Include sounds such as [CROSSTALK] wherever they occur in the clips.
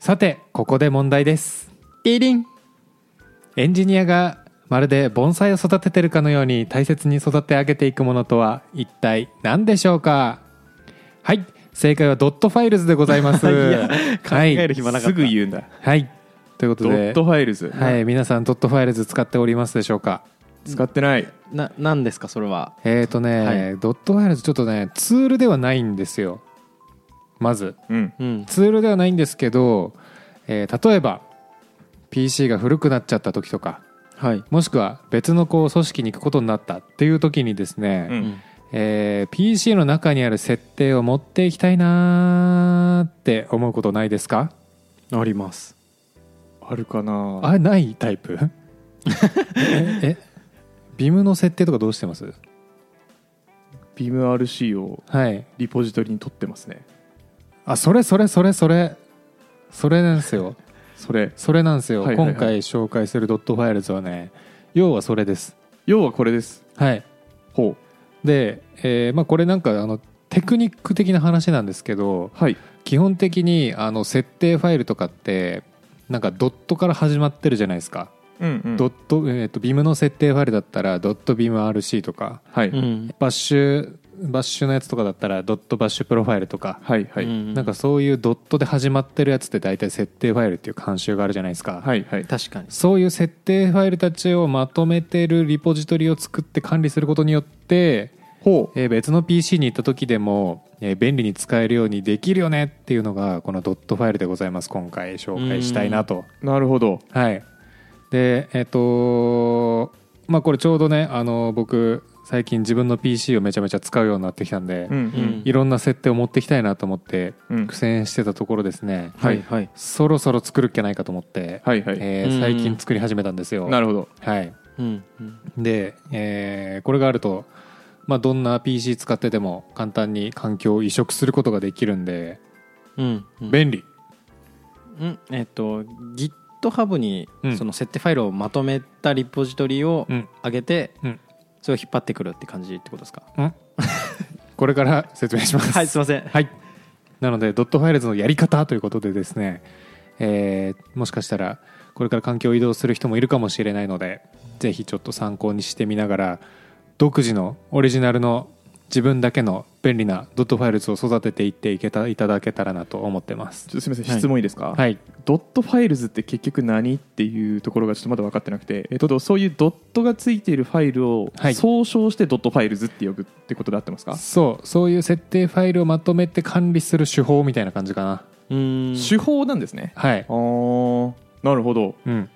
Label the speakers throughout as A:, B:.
A: さてここで問題です
B: ピリン
A: エンジニアがまるで盆栽を育ててるかのように大切に育て上げていくものとは一体何でしょうかはい正解はドットファイルズでございます
B: [LAUGHS] 考える暇なかった
C: すぐ言うんだ
A: はいということ
C: ドッ
A: で
C: トファイルズ、
A: はい皆さんドットファイルズ使っておりますでしょうか
C: 使ってない
B: な何ですかそれは
A: えーとね、
B: はい
A: ドットファイルズちょっとねツールではないんですよまず
C: うん
B: うん
A: ツールではないんですけど、えー例えば PC が古くなっちゃった時とか
B: はい
A: もしくは別のこう組織に行くことになったっていう時にですね、
C: うん
A: えー PC の中にある設定を持っていきたいなーって思うことないですか
B: あります
C: あるかな
A: あれないタイプええビムの設定とかどうしてます
C: ビーム RC を
A: はい
C: リポジトリに取ってますね
A: あそれそれそれそれそれなんですよ
C: それ
A: それなんですよ、
C: はいはいはい
A: 今回紹介するドットファイルズはね要はそれです
C: 要はこれです
A: はい
C: ほ
A: で、えーまあ、これなんかあのテクニック的な話なんですけど
C: うはい
A: 基本的にあの設定ファイルとかってなんかドットから始まってるじゃないですか、
C: うんうん
A: ドット、えー、とビムの設定ファイルだったらドットビム RC とか
C: はい、
B: ん
A: バッシュバッシュのやつとかだったらドットバッシュプロファイルとか、
C: はいはい、
A: なんかそういうドットで始まってるやつって大体設定ファイルっていう慣習があるじゃないですか、
C: はいはい
B: 確かに
A: そういう設定ファイルたちをまとめてるリポジトリを作って管理することによって、
C: ほう
A: えー別の PC に行った時でも、えー便利に使えるようにできるよねっていうのがこのドットファイルでございます今回紹介したいなと
C: なるほど
A: はいでえっ、とまあこれちょうどねあの僕最近自分の PC をめちゃめちゃ使うようになってきたんで、
C: うん
A: いろんな設定を持ってきたいなと思って
C: うんうん
A: 苦戦してたところですね、
C: はい
B: はい
A: そろそろ作るっきゃないかと思って、
C: はいはい、
A: えー
B: うん
A: 最近作り始めたんですよ
C: なるほど
A: はい
B: うんうん
A: で、えーこれがあると、まあ、どんな PC 使ってても簡単に環境を移植することができるんで
B: うんうん
A: 便利
B: うんえっと GitHub に
A: うん
B: その設定ファイルをまとめたリポジトリを
A: うん
B: 上げて
A: うん
B: それを引っ張ってくるって感じってことですか
A: [LAUGHS] これから説明します
B: はいすいません
A: はいなのでドットファイルズのやり方ということでですね、えーもしかしたらこれから環境を移動する人もいるかもしれないのでぜひちょっと参考にしてみながら独自のオリジナルの自分だけの便利なドットファイルズを育てていっていけたいただけたらなと思ってます
C: ちょっとすみません、
B: はい
C: 質問いいですか、
A: はい
C: ドットファイルズって結局何っていうところがちょっとまだ分かってなくて、えっと、そういうドットがついているファイルを
A: はい
C: 総称してドットファイルズって呼ぶってことで合ってますか、
A: そうそういう設定ファイルをまとめて管理する手法みたいな感じかな
B: うん
C: 手法なんですね
A: はい
C: あーなるほど
A: うん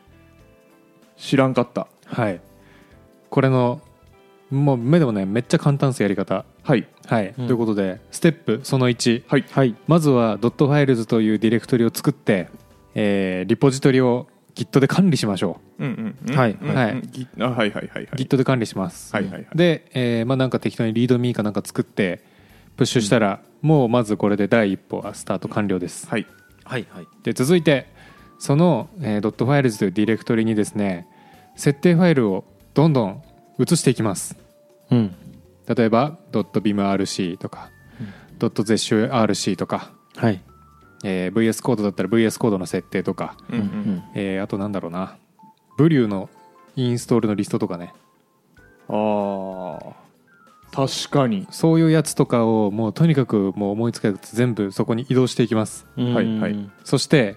C: 知らんかった
A: はいこれのもう目でもねめっちゃ簡単ですやり方
C: はい
A: はい、
B: うん
A: ということでステップその1
C: はい
B: はい
A: まずはドットファイルズというディレクトリを作って、えーリポジトリを Git で管理しましょ
C: うんうん
B: はい
A: はい
C: うんうんぎあはいはいは
A: う、
C: いはい
A: Git で管理します、
C: はいはいはい
A: で、えーまあ、なんか適当にリードミーかなんか作ってプッシュしたら、もうまずこれで第一歩はスタート完了です
C: はい
B: はいはい
A: で続いてその、えー、.files というディレクトリにですね設定ファイルをどんどん移していきます
B: うん
A: 例えば .bimrc とか、.zshrc とか、
B: はい
A: えー VS コードだったら VS コードの設定とか、
C: うんうん
A: えーあとなんだろうなブリューのインストールのリストとかね
C: あー確かに
A: そういうやつとかをもうとにかくもう思いつかず全部そこに移動していきます
B: うん
C: はいはい
A: そして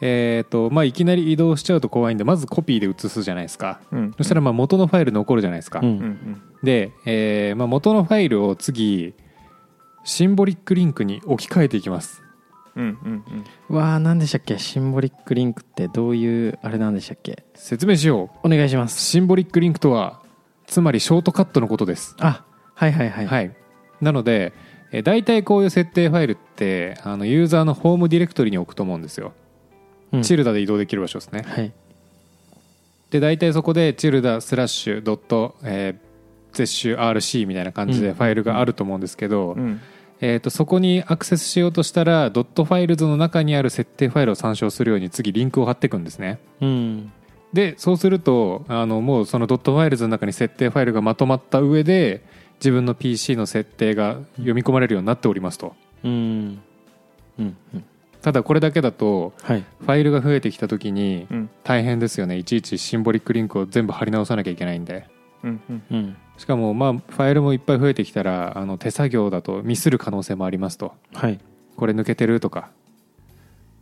A: えっ、とまあいきなり移動しちゃうと怖いんでまずコピーで移すじゃないですか
C: うん
A: そしたらまあ元のファイル残るじゃないですか、
B: う
C: うんん
A: で、えーまあ、元のファイルを次シンボリックリンクに置き換えていきます
C: うんうんうん
B: わあ何でしたっけシンボリックリンクってどういうあれなんでしたっけ
A: 説明しよう
B: お願いします
A: シンボリックリンクとはつまりショートカットのことです
B: あはいはいは
A: はいい、なので、えー、大体こういう設定ファイルってあのユーザーのホームディレクトリに置くと思うんですよ、
B: うん
A: チルダで移動できる場所ですね
B: はい
A: で大体そこでチルダスラッシュドットえー ZSHRC みたいな感じでファイルがあると思うんですけど、
C: うん
A: えー、とそこにアクセスしようとしたらドットファイルズの中にある設定ファイルを参照するように次リンクを貼っていくんですね
B: うん
A: でそうするとあのもうそのドットファイルズの中に設定ファイルがまとまった上で自分の PC の設定が読み込まれるようになっておりますと
B: うんうんうん
A: ただこれだけだと
B: はい
A: ファイルが増えてきた時に
C: うん
A: 大変ですよねいちいちシンボリックリンクを全部貼り直さなきゃいけないんで
C: うんうん
B: うん
A: しかもまあファイルもいっぱい増えてきたらあの手作業だとミスる可能性もありますと
B: はい
A: これ抜けてるとか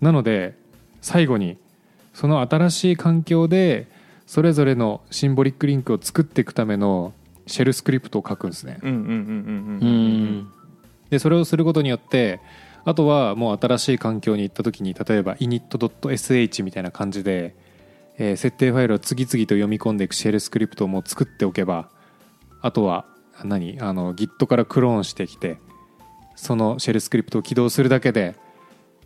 A: なので最後にその新しい環境でそれぞれのシンボリックリンクを作っていくためのシェルスクリプトを書くんですね
C: うんうんうん
B: う
C: うん
B: ん
A: でそれをすることによってあとはもう新しい環境に行った時に例えば init.sh みたいな感じで、えー設定ファイルを次々と読み込んでいくシェルスクリプトをもう作っておけばあとはあ何あの Git からクローンしてきてそのシェルスクリプトを起動するだけで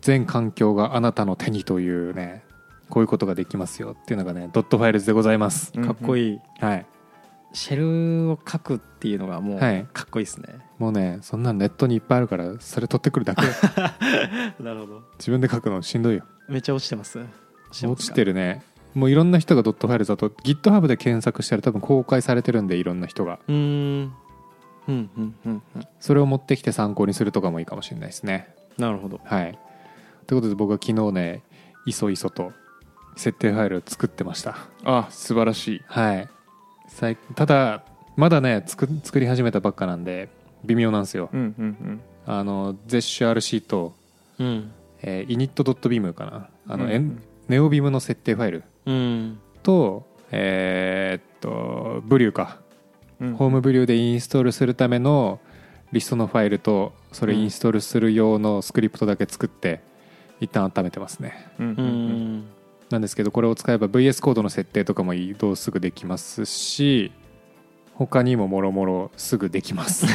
A: 全環境があなたの手にというねこういうことができますよっていうのがねドットファイルズでございます、
C: うん
B: かっこいい
A: はい
B: シェルを書くっていうのがもう
A: はい
B: かっこいいですね、
A: もうねそんなのネットにいっぱいあるからそれ取ってくる
C: [LAUGHS]
A: だけ
B: [LAUGHS] なるほど
A: 自分で書くのしんどいよ
B: めっちゃ落ちてます落
A: 落ちてる
B: る
A: ねもういろんな人がドットファイルズだと GitHub で検索したら多分公開されてるんでいろんな人が
B: うーんうんうんうんうん
A: それを持ってきて参考にするとかもいいかもしれないですね
B: なるほど
A: はいということで僕は昨日ねいそいそと設定ファイルを作ってました
C: あ素晴らしい
A: はい最ただまだね作作り始めたばっかなんで微妙なんですよ
C: うんうん
A: あの ZSHRC と、
B: うん
A: えー、init.beam かなあの、
C: うん
A: えん、ネオビムの設定ファイル
B: うん
A: とえーっとブリューか
C: うんうん
A: ホームブリューでインストールするためのリストのファイルとそれインストールする用のスクリプトだけ作って一旦温めてますね
C: うんう
B: うんん
A: なんですけどこれを使えば VS コードの設定とかも移動すぐできますし他にももろもろすぐできます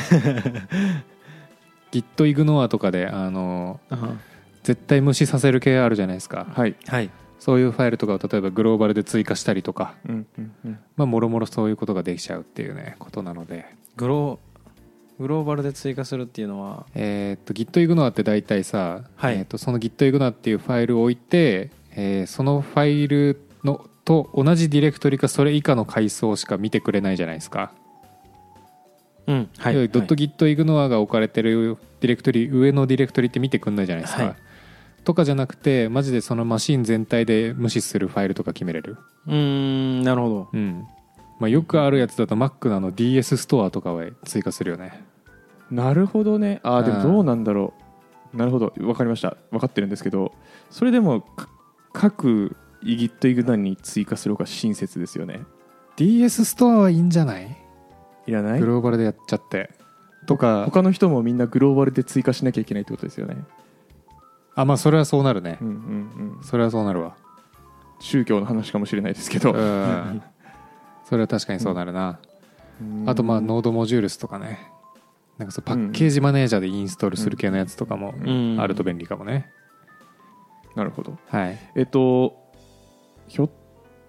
A: GitIgnore とかであの
B: あ
A: 絶対無視させる系あるじゃないですか
C: はい
B: はい
A: そういうファイルとかを例えばグローバルで追加したりとか
C: うんうんうん
A: まあもろもろそういうことができちゃうっていうねことなので
B: グログローバルで追加するっていうのは
A: えーっと GitIgnore って大体さ、
B: はい
A: えーっとその GitIgnore っていうファイルを置いて、えーそのファイルのと同じディレクトリかそれ以下の階層しか見てくれないじゃないですか、
B: うんは
A: 要は .gitignore が置かれてるディレクトリ上のディレクトリって見てくんないじゃないですか、
B: はい
A: とかじゃなくてマジでそのマシン全体で無視するファイルとか決めれる、
B: うーんなるほど
A: うんまあ、よくあるやつだと Mac のあの DS ストアとかは追加するよね
C: なるほどねあーで
A: うん
C: もどうなんだろうなるほど分かりました分かってるんですけどそれでもか各イギットイグナンに追加するほうが親切ですよね
A: DS ストアはいいんじゃない
C: いらない
A: グローバルでやっちゃってとか
C: 他の人もみんなグローバルで追加しなきゃいけないってことですよね、
A: あまあそれはそうなるね
C: うんうんうん、
A: それはそうなるわ
C: 宗教の話かもしれないですけ
A: う
C: ど、
A: んそれは確かにそうなるな、
C: うん
A: あとまあノードモジュールスとかねなんかそうパッケージマネージャーでインストールする系のやつとかも
B: うん
A: あると便利かもね、
C: なるほど
A: はい
C: えっとひょっ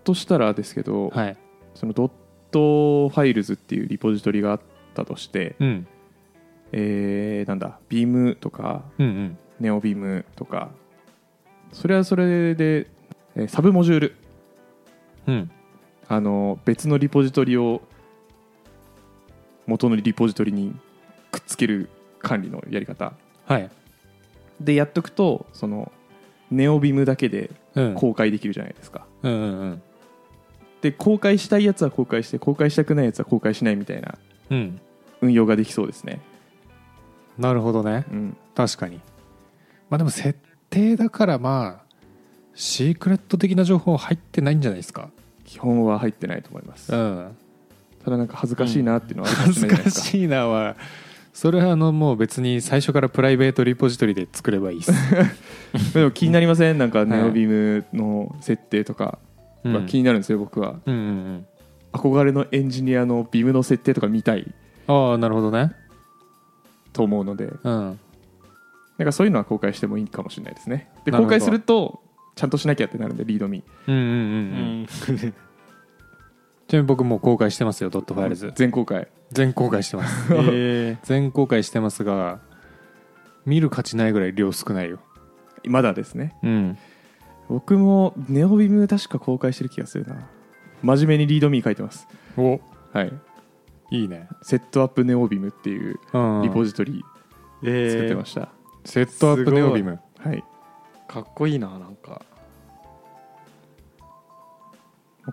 C: としたらですけど、
A: はい
C: そのドットファイルズっていうリポジトリがあったとして、
A: うん
C: えーなんだビームとか
A: うんうん
C: ネオビームとかそれはそれで、えーサブモジュール
A: うん
C: あの別のリポジトリを元のリポジトリにくっつける管理のやり方
A: はい
C: でやっとくとそのネオビームだけで
A: うん
C: 公開できるじゃないですか、
A: うんうんうん
C: で公開したいやつは公開して公開したくないやつは公開しないみたいな
A: うん
C: 運用ができそうですね
A: なるほどね
C: うん
A: 確かにまあでも設定だからまあシークレット的な情報入ってないんじゃないですか
C: 基本は入ってないと思います
A: うん
C: ただなんか恥ずかしいなっていうのはあるかも
A: 恥
C: しれ
A: ず
C: な
A: か
C: いじゃないですか
A: しいなはそれはあのもう別に最初からプライベートリポジトリで作ればいいです、
C: でも気になりませんなんか
A: い
C: ネオビームの設定とか
A: うんう
C: は
A: ん
C: 気になるんですよ、僕は
A: うんうん、
C: 憧れのエンジニアのビームの設定とか見たい
A: ああなるほどね
C: と思うので
A: うん
C: なんかそういうのは公開してもいいかもしれないですねで
A: なるほど
C: 公開するとちゃんとしなきゃってなるんでリードミ
A: うんうんうん
B: う
A: うん
B: [LAUGHS]
A: ちなみに僕もう公開してますよドットファイルズ
C: 全公開
A: 全公開してます [LAUGHS]
B: え
A: 全公開してますが見る価値ないぐらい量少ないよ
C: まだですね
A: うん
C: 僕もネオビーム確か公開してる気がするな真面目にリードミー書いてます
A: お
C: はい
A: いいね
C: セットアップネオビームっていう
A: うん
C: リポジトリ
B: ーえ
C: 作って
B: ー
C: ました、
A: セットアップネオビム
C: はい
D: かっこいいななんか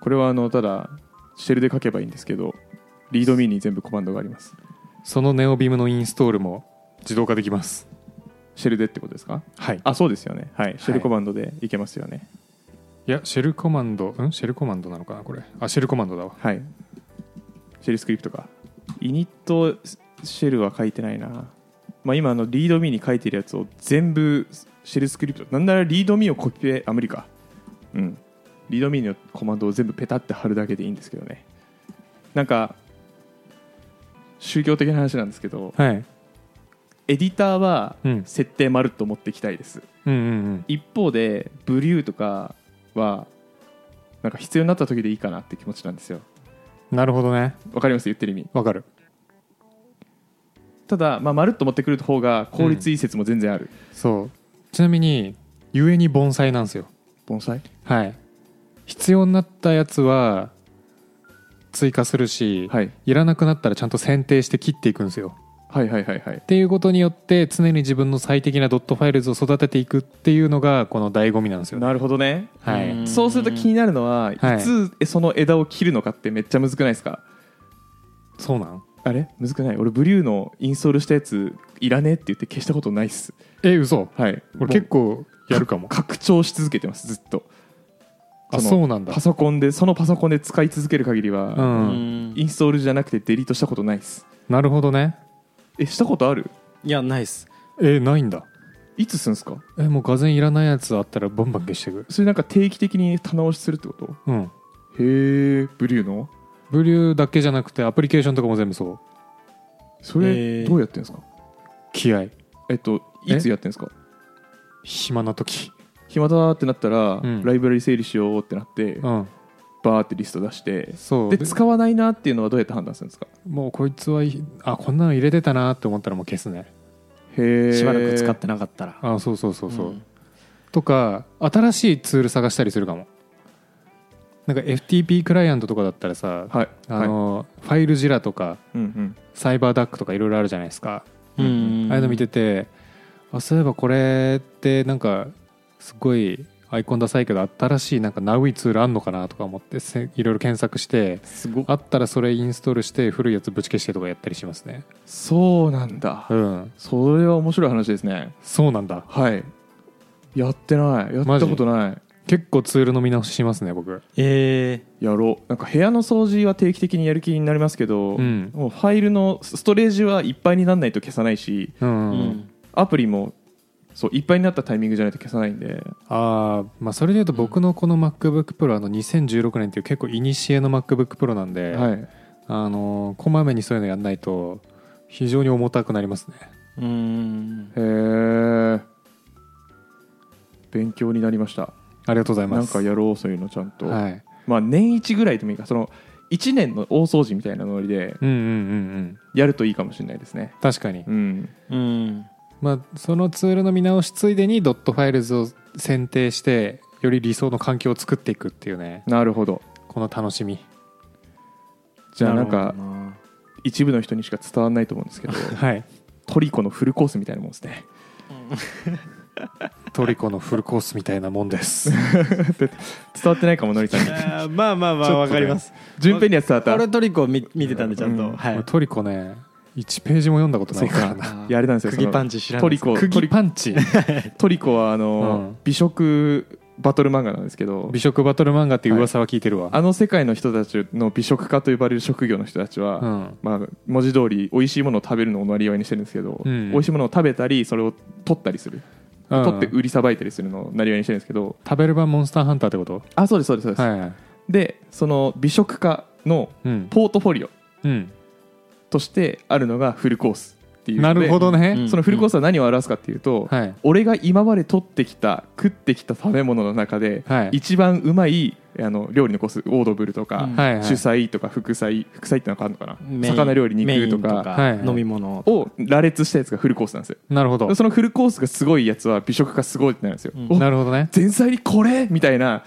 C: これはあのただシェルで書けばいいんですけどリードミーに全部コマンドがあります
A: そのネオビームのインストールも自動化できます
C: シェルでってことですか
A: はい
C: あそうですよねはいシェルコマンドでいけますよね
A: いやシェルコマンドんシェルコマンドなのかなこれあシェルコマンドだわ
C: はい、シェルスクリプトかイニットシェルは書いてないな、まあ、今あのリードミーに書いてるやつを全部シェルスクリプトなんならリードミーをコピペあ無理かうんリードミーのコマンドを全部ペタって貼るだけでいいんですけどねなんか宗教的な話なんですけど
A: はい
C: エディターは
A: うん
C: 設定まるっと持ってきたいです、
A: うんうん
C: 一方でブリューとかはなんか必要になった時でいいかなって気持ちなんですよ
A: うんなるほどね
C: わかります言ってる意味
A: わかる
C: ただ、まあ、まるっと持ってくる方が効率いい説も全然ある、
A: そうちなみにゆえに盆栽なんですよ
C: 盆栽
A: はい必要になったやつは追加するし、
C: はい、
A: いらなくなったらちゃんと選定して切っていくんですよ
C: はいはいはいはい
A: っていうことによって常に自分の最適なドットファイルズを育てていくっていうのがこの醍醐味なんですよね
C: なるほどね
A: は
B: う
A: い
B: ん
C: そうすると気になるの
A: は
C: は、
A: い
C: い、つその枝を切るのかってめっちゃむずくないですか
A: そうなん
C: あれむずくない俺ブリューのインストールしたやついらねえって言って消したことないっす
A: え嘘
C: はい
A: 俺結
C: 構
A: 構やるかも
C: 拡張し続けてますずっと
A: あ
C: その
A: そうなんだ
C: パソコンでそのパソコンで使い続ける限り
A: う
C: は、
A: ん
C: インストールじゃなくてデリートしたことないっす
A: なるほどね
C: えしたことある
B: いやないっす
A: えないんだ
C: いつすんすか
A: えもうがぜんいらないやつあったらバンバン消していく
C: それなんか定期的に棚押しするってこと
A: うん
C: へえブリューの
A: ブリューだけじゃなくてアプリケーションとかも全部そう
C: そ
B: え
C: れ
B: ー
C: どうやってんですか
A: 気合
C: えっと
A: え
C: いつやってんですか
A: 暇な時
C: 暇だってなったら、
A: うん
C: ライブラリ整理しようってなって、
A: うん
C: バーってリスト出して
A: そう
C: で
A: で
C: 使わないなっていうのはどうやって判断するんですか
A: もうこいつはいあこんなの入れてたなって思ったらもう消すね
C: へえ
B: しばらく使ってなかったら
A: あそうそうそうそう、
B: ん
A: とか新しいツール探したりするかもなんか FTP クライアントとかだったらさ、
C: はい
A: あ
C: はい
A: のファイルジラとか
C: うんうん
A: サイバーダックとかいろいろあるじゃないですか、
B: うん
A: ああいうの見ててあそういえばこれってなんかすごいアイコンダサいけど新しいなんかナウイツールあんのかなとか思ってせいろいろ検索して
C: すご
A: あったらそれインストールして古いやつぶち消してとかやったりしますね
C: そうなんだ、
A: うん
C: それは面白い話ですね
A: そうなんだ
C: はいやってないやっ
A: マジ
C: たことない
A: 結構ツールの見直ししますね僕
B: え
C: やろうなんか部屋の掃除は定期的にやる気になりますけど、
A: うん
C: もうファイルのストレージはいっぱいにならないと消さないし
A: うんうん
B: ーう
A: うん、
B: ん
C: アプリもそういっぱいになったタイミングじゃないと消さないんで
A: あーまあそれでいうと僕のこの MacBookPro あの2016年っていう結構いにしえの MacBookPro なんで、
C: はい、
A: あのーこまめにそういうのやんないと非常に重たくなりますね
B: うん
C: へえ勉強になりました
A: ありがとうござい
C: な
A: ま
C: ん
A: す
C: かやろうそういうのちゃんと、
A: はい
C: まあ年1ぐらいでもいいかその1年の大掃除みたいなノリで
A: うんうんうんうん
C: やるといいかもしれないですね
A: 確かに、
C: うん
B: うん
A: まあ、そのツールの見直しついでにドットファイルズを選定してより理想の環境を作っていくっていうね
C: なるほど
A: この楽しみ
C: [LAUGHS] じゃあな
B: る
C: ん
B: ほど
C: か一部の人にしか伝わらないと思うんです
A: [LAUGHS]
C: けど
A: はい
C: トリコのフルコースみたいなもんですね
A: トリコのフルコースみたいなもんです
C: 伝わってないかものりさんに
B: あーまあまあま
A: ちょっとね
B: あわかります
C: 順平には伝わった
B: 俺トリコ見見てたんでちゃん
C: うん
B: とはい
A: 俺トリコね1ページも読んだことないからな
C: やあれなんですよ
B: 釘
C: その
B: パンチ知らない
C: トリコト
A: 釘
C: リ
A: パンチ
C: トリコはあの、
A: うん
C: 美食バトル漫画なんですけど
A: 美食バトル漫画っていう噂は聞いてるわ、
C: あの世界の人たちの美食家と呼ばれる職業の人たちは、
A: うん
C: まあ、文字通り美味しいものを食べるのをなりわいにしてるんですけど、
A: うん
C: 美味しいものを食べたりそれを取ったりする、
A: うん
C: 取って売りさばいたりするのをなりわいにしてるんですけど
A: 食べる版モンスターハンターってこと
C: あそうですそうですそうです、
A: はいはい
C: でその美食家の
A: うん、
C: ポートフォリオ
A: うん、
C: としてあるのがフルコースっていうの
A: な
C: で
A: るほどね、
C: そのフルコースは何を表すかっていうと、
A: はい
C: 俺が今まで取ってきた食ってきた食べ物の中で、
A: はい
C: 一番うまいあの料理のコースオードブルとか、
B: うん
A: はいはい
C: 主菜とか副菜副菜ってなんかあるのかな
B: メイン
C: 魚料理
B: メイ
C: 肉
B: ン
C: とか
A: はいはい
B: 飲み物
C: を羅列したやつがフルコースなんですよ
A: なるほど
C: そのフルコースがすごいやつは美食がすごいってなるんですよ、
B: うん
C: お
A: なるほどね
C: 前菜にこれみたいな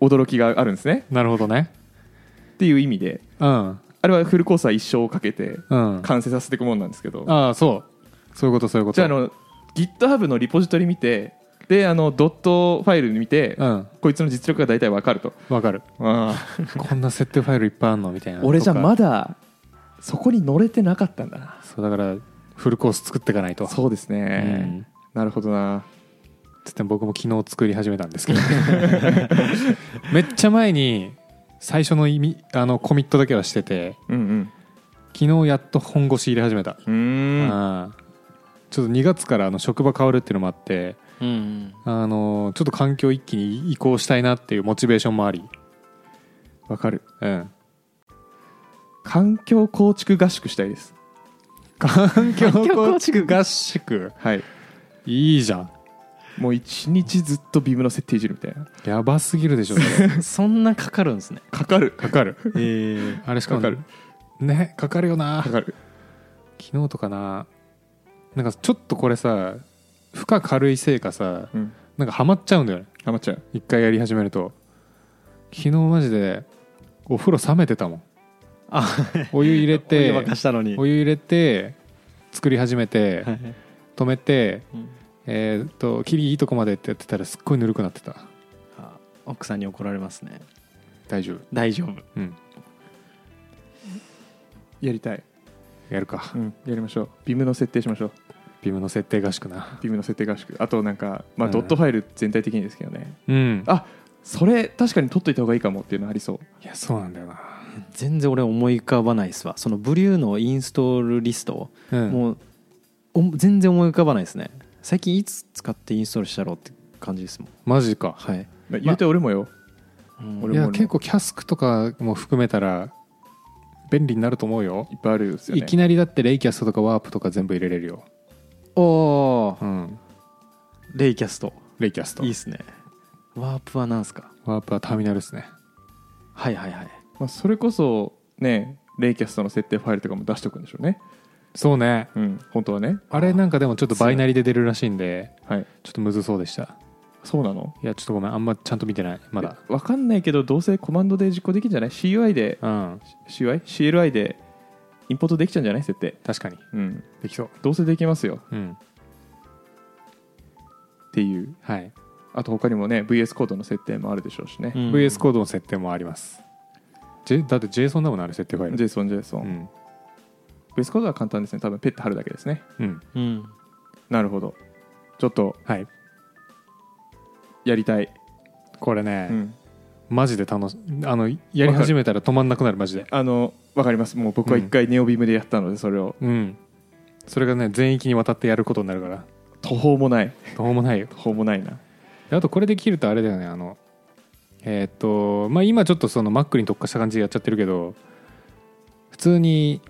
C: 驚きがあるんですね
A: なるほどね
C: っていう意味で
A: うん
C: あれはフルコースは一生をかけて
A: うん
C: 完成させていくもんなんですけど
A: ああそうそういうことそういうこと
C: じゃああの GitHub のリポジトリ見てであのドットファイル見て、
A: うん
C: こいつの実力が大体わかると
A: わかるこんな設定ファイルいっぱいあんのみたいな
C: 俺じゃ
A: とか
C: まだそこに乗れてなかったんだな
A: そうだからフルコース作っていかないと
C: そうですね、
A: うん
C: なるほどな
A: つって僕も昨日作り始めたんですけど [LAUGHS] めっちゃ前に最初の意味あのコミットだけはしてて
C: うん
A: 昨日やっと本腰入れ始めた、
C: うんうーん
A: あーちょっと2月からあの職場変わるっていうのもあって
B: うん
A: あのちょっと環境一気に移行したいなっていうモチベーションもあり、
C: わかる
A: うん、
C: 環境構築合宿したいです
A: 環境構築合宿
C: はい
A: いいじゃん
C: もう一日ずっとビームの設定いじるみたいな
A: やばすぎるで [LAUGHS] しょそれ
B: そんなかかるんですね
C: かかる
A: かかる
B: ええ
A: あれしかも
C: かか
A: ねかかるよな
C: かかる
A: 昨日とかななんかちょっとこれさ負荷軽いせいかさ
C: うん
A: なんかハマっちゃうんだよね
C: ハマっちゃう
A: 一回やり始めると昨日マジでお風呂冷めてたもん
B: あ
A: お湯入れて
B: お湯沸かしたのに
A: お湯入れて作り始めて
B: はい
A: 止めて
B: うん
A: えーっと霧いいとこまでってやってたらすっごいぬるくなってた
B: あ奥さんに怒られますね
A: 大丈夫
B: 大丈夫
A: うん
C: やりたい、
A: やるか
C: うん、やりましょうビームの設定しましょう
A: ビムの設定合宿な
C: ビームの設定合宿あとなんか、まあ、
A: うん
C: ドットファイル全体的にですけどね
A: うん
C: あそれ確かに取っといた方がいいかもっていうのありそう
A: いやそうなんだよな
B: 全然俺思い浮かばないっすわそのブリューのインストールリスト、
A: うん
B: もうお全然思い浮かばないですね最近いつ使ってインストールしたろうって感じですもん
A: マジか
B: はい、
C: まあ言うて俺もよ、
B: うん
C: 俺
A: い
C: も
A: や結構キャスクとかも含めたら便利になると思うよ
C: いっぱいあるんですよね
A: いきなりだってレイキャストとかワープとか全部入れれるよ、
B: おー
A: うん、
B: レイキャスト
A: レイキャスト
B: いいっすねワープはなんすか
A: ワープはターミナルですね
B: はいはいはい
C: まあ、それこそねレイキャストの設定ファイルとかも出しとくんでしょうね
A: そうね
C: うん本当はね
A: あれなんかでもちょっとバイナリで出るらしいんで
C: はい
A: ちょっとむずそうでした
C: そうなの
A: いやちょっとごめんあんまちゃんと見てないまだ
C: わかんないけどどうせコマンドで実行できるんじゃない CUI で
A: うん
C: CUI?CLI でインポートできちゃうんじゃない設定
A: 確かに
C: うん
A: できそう
C: どうせできますよ
A: うん
C: っていう
A: はい、
C: あと他にもね VS コードの設定もあるでしょうしね、
A: VS コードの設定もあります、J、だって JSON だもんなあれ設定ファイル
C: JSON、JSON、
A: うん
C: VS コードは簡単ですね多分ペッて貼るだけですね
A: うん
B: ードうん
C: なるほどちょっと
A: はい
C: やりたい、
A: これね、
C: うん
A: マジで楽しあのやり始めたら止まんなくなるマジで
C: あのわかりますもう僕は一回ネオビームでやったのでそれを
A: うんそれがね全域にわたってやることになるから
C: 途方もない
A: どうもないよ
C: 途方もないな
A: であとこれで切るとあれだよねあのえーっとまあ今ちょっとその Mac に特化した感じでやっちゃってるけど普通に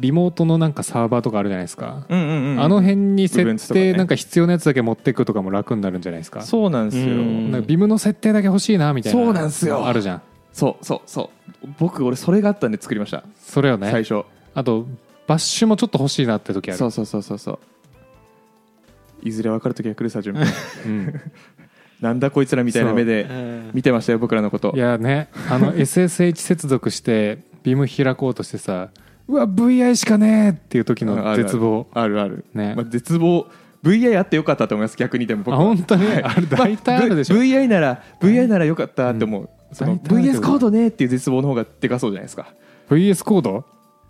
A: リモートのなんかサーバーとかあるじゃないですか、
C: うんうんうん
A: あの辺に設
C: Ubuntu とか
A: 定
C: ね
A: なんか必要なやつだけ持ってくとかも楽になるんじゃないですか
C: そうなんですよ、
B: うん
A: なんかビムの設定だけ欲しいなみたいな
C: そうなんすよ
A: あるじゃん
C: そうそうそう僕俺それがあったんで作りました、
A: それよね
C: 最初
A: あとバッシュもちょっと欲しいなって時ある
C: そうそうそうそうそういずれ分か [LAUGHS] る時は来るさ順
A: うん
C: なんだこいつらみたいな目で見てましたよ僕らのこと
A: いやねあ
C: [LAUGHS]
A: の SSH 接続してビム開こうとしてさうわ VI しかねえっていう時の絶望
C: あるある
A: ね
C: まあ、絶望 VI あってよかったと思います逆にでも
A: あ
C: 僕は
A: 本当に
C: はい
A: あれ大体あるでしょ、
C: まあ V- VI なら VI ならよかったって思う、その
A: 大体あるけど
C: VS コードねっていう絶望の方がでかそうじゃないですか
A: VS コード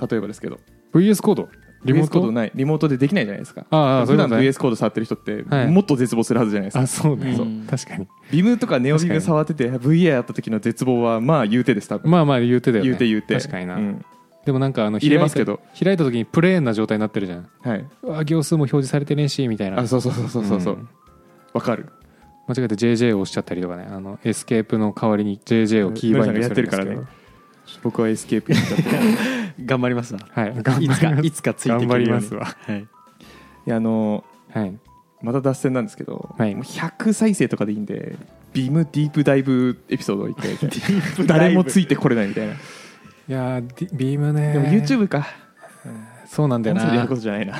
C: 例えばですけど
A: VS コードリモー
C: VS コ
A: ト
C: ードないリモートでできないじゃないですか
A: ああああ
C: 普段
A: そういう
C: VS コード触ってる人って
A: はい
C: もっと絶望するはずじゃないですか、
A: あそうね、
B: そう
A: 確かに
C: ビムとかネオビ
A: 確か
C: ム
A: に
C: 触ってて VI あった時の絶望はまあ言うてです多分、
A: まあまあ言うてだよね
C: 言うて言うて
A: 確かにな、
C: うん
A: でもなんかあの
C: 入れますけど
A: 開いた開いた時にプレーンな状態になってるじゃん
C: はい、
A: うわ行数も表示されてねえしみたいな
C: あそうそうそうそうそうそう
A: うん
C: わかる
A: 間違えて JJ を押しちゃったりとかねあのエスケープの代わりに JJ をキーバインドするんですけど
C: ノリさんがやってるからね僕はエスケープに行っちゃったい
B: 頑張りますな
A: はい頑張り
B: い
A: ま
B: つ
A: す
B: かいつかついて
A: 頑
B: く
A: 張
B: る
A: り
B: よう
A: ま
B: に
A: すわ
B: はい
C: やあの
A: はい
C: また脱線なんですけど、
A: はい
C: もう100再生とかでいいんでビムディープダイブエピソードを一
A: [LAUGHS]
C: 回やりたい誰もついてこれないみたいな、
A: いやーディビームね
C: でも YouTube か
A: そうなんだよ
C: 音声でや
A: な
C: ることじゃないな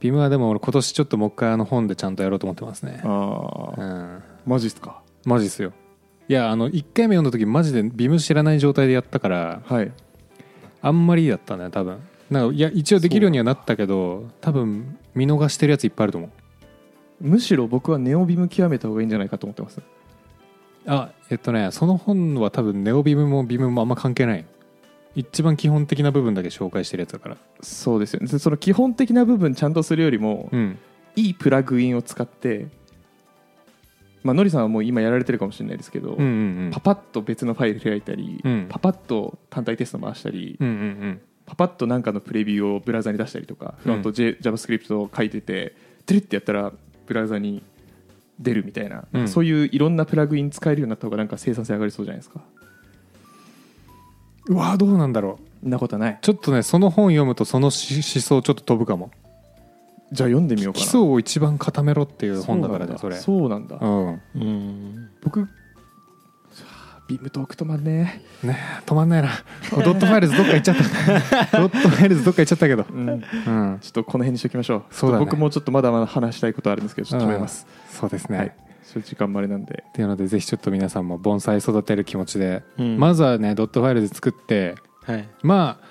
A: ビームはでも俺今年ちょっともう一回あの本でちゃんとやろうと思ってますね
C: あー
A: うん
C: マジっすか
A: マジっすよいやあの1回目読んだ時マジでビーム知らない状態でやったから
C: はい
A: あんまりだったね多分なんかいや一応できるようにはなったけど多分見逃してるやついっぱいあると思う
C: むしろ僕はネオビム極めた方がいいんじゃないかと思ってます
A: あえっとねその本は多分ネオビムもビムもあんま関係ない一番基本的な部分だけ紹介してるやつだから
C: そうですよねでその基本的な部分ちゃんとするよりも、
A: うん
C: いいプラグインを使ってまあノリさんはもう今やられてるかもしれないですけど、
A: うんうん
C: パパッと別のファイル開いたり、
A: うん
C: パパッと単体テスト回したり、
A: うんうんうん
C: パパッとなんかのプレビューをブラウザに出したりとか、フロント J- JavaScript を書いてててるってやったらブラウザに出るみたいな、
A: うん
C: そういういろんなプラグイン使えるようになった方がなんか生産性上がりそうじゃないですか
A: うわーどうなんだろうん
C: なことはない
A: ちょっとねその本読むとその思思想ちょっと飛ぶかも
C: じゃあ読んでみようか
A: 基
C: な
A: 礎を一番固めろっていう本だからねそれ
C: そうなんだ、
A: うん
B: うん
C: 僕ビームトークとまんね、
A: ねえ止まんないな [LAUGHS] ドットファイルズどっか行っちゃった
C: [LAUGHS]
A: ドットファイルズどっか行っちゃったけど
C: うん、ち
A: う
C: ょ
A: ん
C: っとこの辺にしておきましょう
A: そうだね
C: ちょっと僕もちょっとまだまだ話したいことあるんですけどちょっと止めます、
A: そうですね、
C: はい
A: っ
C: ちょっと時間もあれなんで
A: ていうのでぜひちょっと皆さんも盆栽育てる気持ちで、
B: うん
A: まずはねドットファイルズ作って
B: はい
A: まあ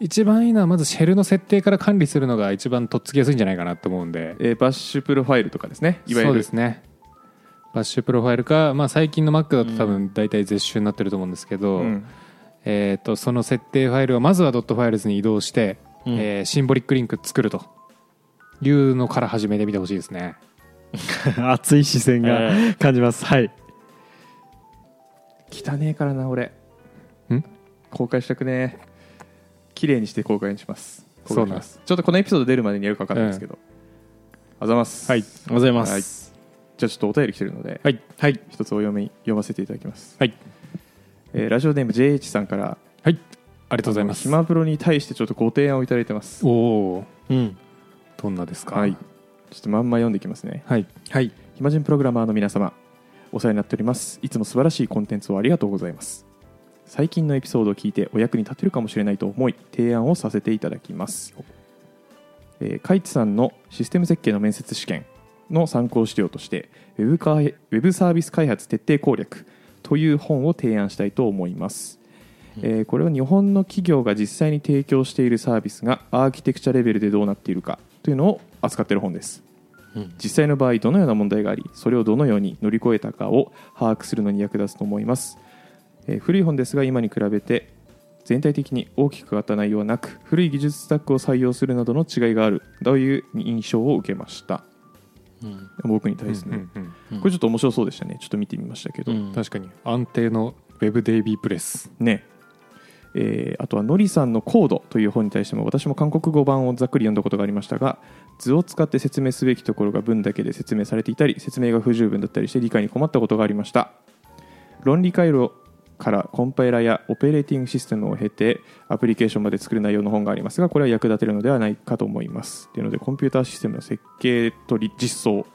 A: 一番いいのはまずシェルの設定から管理するのが一番とっつきやすいんじゃないかなと思うんで
C: えーバッシュプロファイルとかですねいわゆ
A: そう
C: る
A: ですねバッシュプロファイルか、まあ、最近の Mac だと多分大体絶種になってると思うんですけど、
C: うん
A: えー、とその設定ファイルをまずはドットファイルズに移動して、
B: うん
A: えーシンボリックリンク作るというのから始めてみてほしいですね
B: [LAUGHS] 熱い視線が
C: え
B: 感じますはい
C: 汚ねえからな俺
A: ん
C: 公開したくねえ綺麗にして公開にします公
A: そう
C: 開し
A: なん
C: ま
A: です
C: ちょっとこのエピソード出るまでにやるか分かんないですけど、あざます
B: はいおはようございます
C: じゃあちょっとお便り来てるので、
A: はい
B: はい
C: 一つお読み読ませていただきます、
A: はい
C: えーラジオネーム JH さんから
A: はいありがとうございます
C: 暇プロに対してちょっとご提案をいただいてます
A: おお
B: うん
A: どんなですか
C: はいちょっとまんま読んでいきますね
A: はい
B: はい
C: 暇人プログラマーの皆様お世話になっておりますいつも素晴らしいコンテンツをありがとうございます最近のエピソードを聞いてお役に立てるかもしれないと思い提案をさせていただきますえーカイツさんのシステム設計の面接試験の参考資料としてウェブかウェブサービス開発徹底攻略という本を提案したいと思います、えーこれは日本の企業が実際に提供しているサービスがアーキテクチャレベルでどうなっているかというのを扱っている本です
B: うん
C: 実際の場合どのような問題がありそれをどのように乗り越えたかを把握するのに役立つと思います、えー古い本ですが今に比べて全体的に大きく変わった内容はなく古い技術スタックを採用するなどの違いがあるという印象を受けました
B: うん
C: 僕に対してね、
A: うん
C: これちょっと面白そうでしたねちょっと見てみましたけど、
A: うん確かに安定の WebDB プレス
C: ねえーあとはのりさんの「コード」という本に対しても私も韓国語版をざっくり読んだことがありましたが図を使って説明すべきところが文だけで説明されていたり説明が不十分だったりして理解に困ったことがありました論理回路からコンパイラやオペレーティングシステムを経てアプリケーションまで作る内容の本がありますがこれは役立てるのではないかと思いますというのでコンピューターシステムの設計とり実装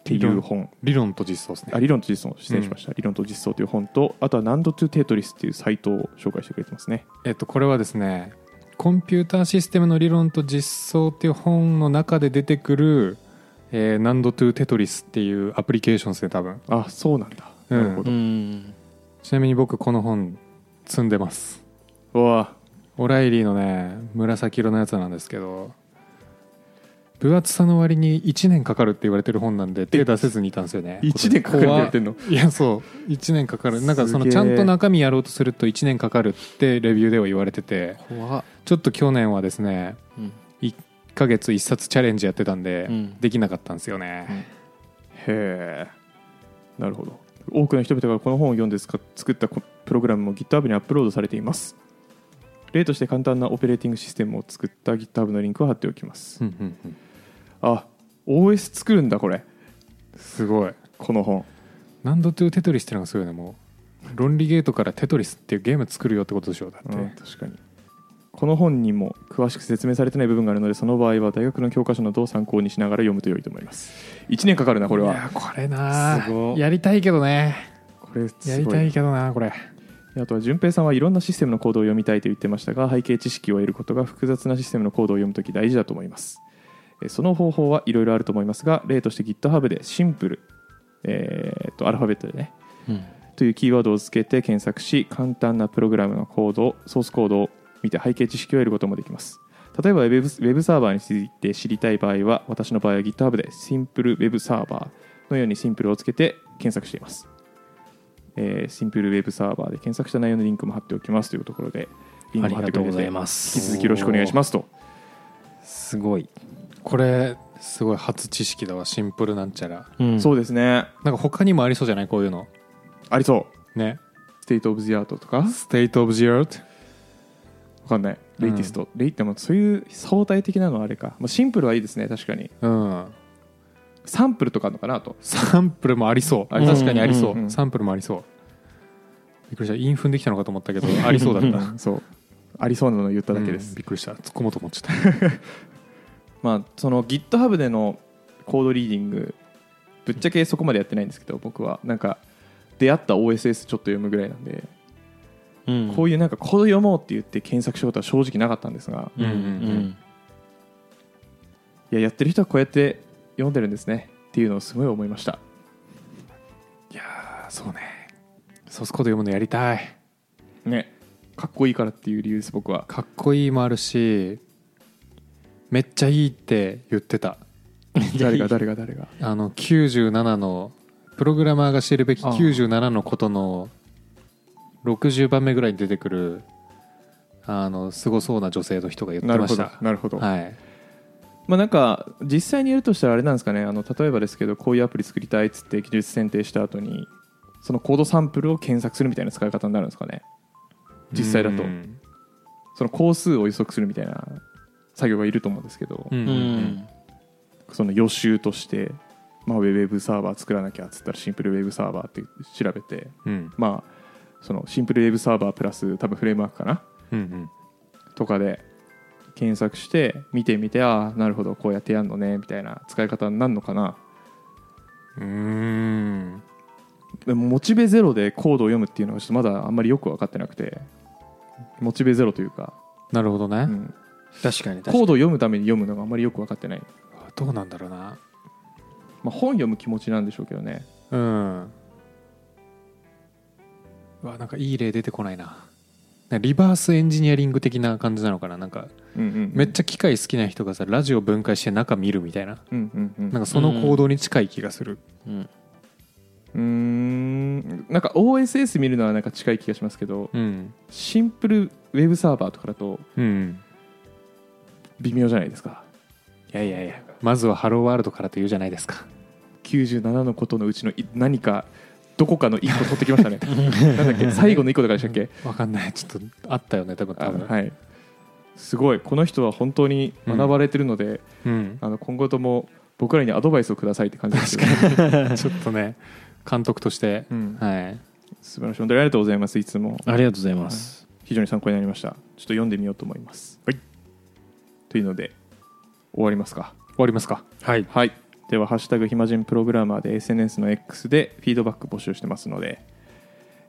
C: っていう本
A: 理論と実装ですね
C: あ理論と実装失礼しました、理論と実装という本とあとは「難度トゥテトリス」っていうサイトを紹介してくれてますね
A: えっとこれはですねコンピューターシステムの理論と実装っていう本の中で出てくる、えー、難度トゥテトリスっていうアプリケーションですね多分
C: あそうなんだ、
A: うん
C: なるほ
B: う
C: ど、
B: ん
A: ちなみに僕この本積んでます
C: うわ
A: オライリーのね紫色のやつなんですけど分厚さの割に1年かかるって言われてる本なんで手出せずにいたんですよね
C: 1年かかるって言われてんの
A: いやそう1年かかるなんかそ
C: すげ
A: の
C: え
A: ちゃんと中身やろうとすると1年かかるってレビューでは言われてて
B: 怖っ
A: ちょっと去年はですね
B: うん
A: 1ヶ月1冊チャレンジやってたんで、
B: うん
A: できなかったんですよね、
C: へえなるほど多くの人々がこの本を読んで作ったこプログラムも GitHub にアップロードされています例として簡単なオペレーティングシステムを作った GitHub のリンクを貼っておきます、
A: うんうんうん
C: あ OS 作るんだこれ
A: すごい
C: この本
A: 「難度トゥテトリス」ってのがすごいねもう論理ゲートから「テトリス」っていうゲーム作るよってことでしょうだって、
C: うん確かにこの本にも詳しく説明されてない部分があるのでその場合は大学の教科書などを参考にしながら読むと良いと思います1年かかるなこれ
A: い
C: は
A: やこれな
B: すごい
A: やりたいけどね
C: これすご
A: やりたいけどなこれ
C: あとは順平さんはいろんなシステムのコードを読みたいと言ってましたが背景知識を得ることが複雑なシステムのコードを読むとき大事だと思いますえーその方法はいろいろあると思いますが例として GitHub でシンプル、えーっとアルファベットでね
B: うん
C: というキーワードをつけて検索し簡単なプログラムのコードソースコードを見て背景知識を得ることもできます例えばウェブウェブサーバーについて知りたい場合は私の場合は GitHub でシンプルウェブサーバーのようにシンプルをつけて検索しています、えーシンプルウェブサーバーで検索した内容のリンクも貼っておきますというところでリンク
B: あり
C: も貼っ
B: が
C: てく
B: とう
C: れ
B: ござ
C: て
B: い
C: 引
B: ます
C: き続きよろしくお願いしますと
B: すすごい、
A: これすごい初知識だわシンプルなんちゃら
C: そう
B: う
C: ですね
A: なんか他にもありそうじゃないこういうの
C: ありそう
A: ね
C: ステート・オブ・ジ・アートとか
A: ステート・オブ・ジ・アート
C: わかんないレイティスト、レイってもうそういう相対的なのはあれか、まあ、シンプルはいいですね確かに
A: うん
C: サンプルとかあるのかなと
A: サンプルもありそう
C: ありそう
A: 確かにありそう,、
C: うんうんうん
A: サンプルもありそうびっくりしたインフンできたのかと思ったけどありそうだった
C: そうありそうなのを言っただけです、
A: うんびっくりした突っ込もうと思っちゃっ
C: まあその GitHub でのコードリーディングぶっちゃけそこまでやってないんですけど僕はなんか出会った OSS ちょっと読むぐらいなんで、
B: うん
C: こういうなんかコード読もうって言って検索したことは正直なかったんですが
A: うんうん
C: いややってる人はこうやって読んでるんですねっていうのをすごい思いました
A: たいやーそうねソースコード読むのやりたい
C: ねかっこいいからっていう理由です僕 [LAUGHS] は
A: かっこいいもあるしめっちゃいいって言ってた
C: 誰が誰が誰が
A: あの97のプログラマーが知るべき
C: ああ
A: 97のことの60番目ぐらいに出てくるあのすごそうな女性の人が言って
C: なる
A: ま
C: ほ
A: し
C: ど
A: た
C: なるほど、
A: はい
C: まあなんか実際にやるとしたらあれなんですかねあの例えばですけどこういうアプリ作りたいっつって技術選定した後にそのコードサンプルを検索するみたいな使い方になるんですかね実際だと
A: うん
C: その工数を予測するみたいな作業がいると思うんですけど、
A: うんうんうん
C: その予習として、まあ、ウェブサーバー作らなきゃっつったらシンプルウェブサーバーって調べて
A: うん
C: まあそのシンプルウェブサーバープラス多分フレームワークかな
A: うん
C: とかで検索して見てみてああなるほどこうやってやるのねみたいな使い方になるのかな
A: うんうん
C: でもモチベゼロでコードを読むっていうのはちょっとまだあんまりよく分かってなくてモチベゼロというか、
A: なるほどね、
C: うん
B: 確かに
C: コー
B: 確か
C: ドを
B: に
C: 読むために読むのがあんまりよく分かってない、
A: どうなんだろうな
C: まあ、本読む気持ちなんでしょうけどね
A: うんうわなんかいい例出てこないななんかリバースエンジニアリング的な感じなのかななんか
C: うんうんうん
A: めっちゃ機械好きな人がさラジオ分解して中見るみたいな
C: うんうんうん
A: なんかその行動に近い気がする、
B: うん
C: うーんなんか OSS 見るのはなんか近い気がしますけど
A: うん
C: シンプルウェブサーバーとかだと
A: うん、
C: 微妙じゃないですか
A: いやいやいやまずはハローワールドからというじゃないですか
C: 97のことのうちのい何かどこかの1個取ってきましたねなんだっけ最後の1個とかでしたっけ
A: [LAUGHS] わかんないちょっとあったよね多分
C: あ
A: 多分、
C: はいすごいこの人は本当に学ばれてるので、
A: うん、
C: あの今後とも僕らにアドバイスをくださいって感じですけど、
A: [LAUGHS] ちょっとね監督として、
C: うん
A: はい
C: 素晴らしい本当にありがとうございますいつも
B: ありがとうございます、
C: 非常に参考になりましたちょっと読んでみようと思います
A: はい
C: というので終わりますか
A: 終わりますかはい
C: はいでは「ハッシュタグ暇人プログラマー」で SNS の X でフィードバック募集してますので、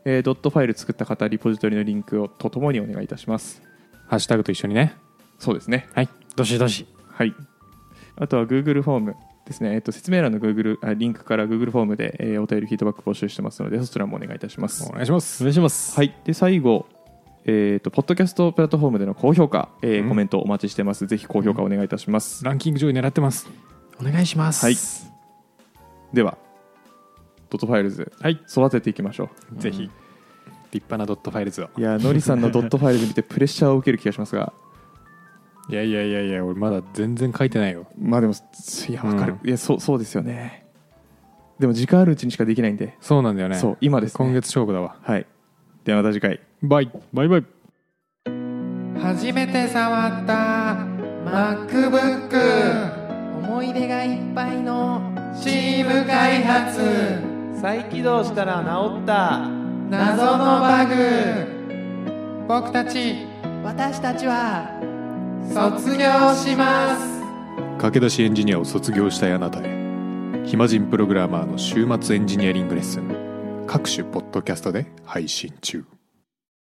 C: えードットファイル作った方リポジトリのリンクをとともにお願いいたします
A: ハッシュタグと一緒にね
C: そうですね
A: はい
B: どしどし
C: はい。あとは Google フォームですね。えっと、説明欄の Google、あリンクから Google フォームで、えーお便りフィードバック募集してますので、そちらもお願いいたします
A: お。願いします
B: お願いします
C: はい。で、最後、えっと、ポッドキャストプラットフォームでの高評価、えー
A: うん
C: コメントお待ちしてます。ぜひ高評価お願いいたします。
A: ランキング上位狙ってます
B: お願いします
C: はいでは、ドットファイルズ、
A: はい
C: 育てていきましょ
A: ぜひ立派なドットファイルズを
C: う。いやー、ノリさんのドットファイルズ見てプレッシャーを受ける気がしますが、
A: いやいやいやいや俺まだ全然書いてないよ
C: [LAUGHS] まあでも、いや、わかる。
A: う
C: いや、そう、そうですよね。でも、時間あるうちにしかできないんで、
A: そうなんだよね
C: そう、今ですね。
A: 今月勝負だわ
C: はい。ではまた次回。
A: バイバイバイ
D: 初めて触った MacBook 思い出がいっぱいのチーム開発
E: 再起動したら治った
D: 謎のバグ僕たち私たちは卒業します
A: 駆け出しエンジニアを卒業したいあなたへ暇人プログラマーの週末エンジニアリングレッスン各種ポッドキャストで配信中